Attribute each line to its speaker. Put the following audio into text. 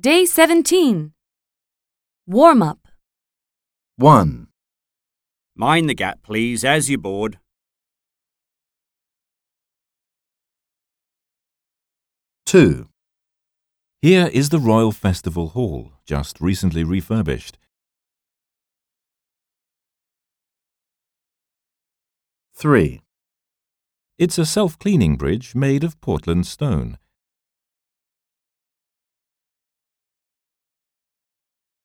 Speaker 1: Day 17. Warm up.
Speaker 2: 1.
Speaker 3: Mind the gap, please, as you board.
Speaker 2: two,
Speaker 4: Here is the Royal Festival Hall, just recently refurbished.
Speaker 2: three,
Speaker 4: It's a self cleaning bridge made of Portland stone.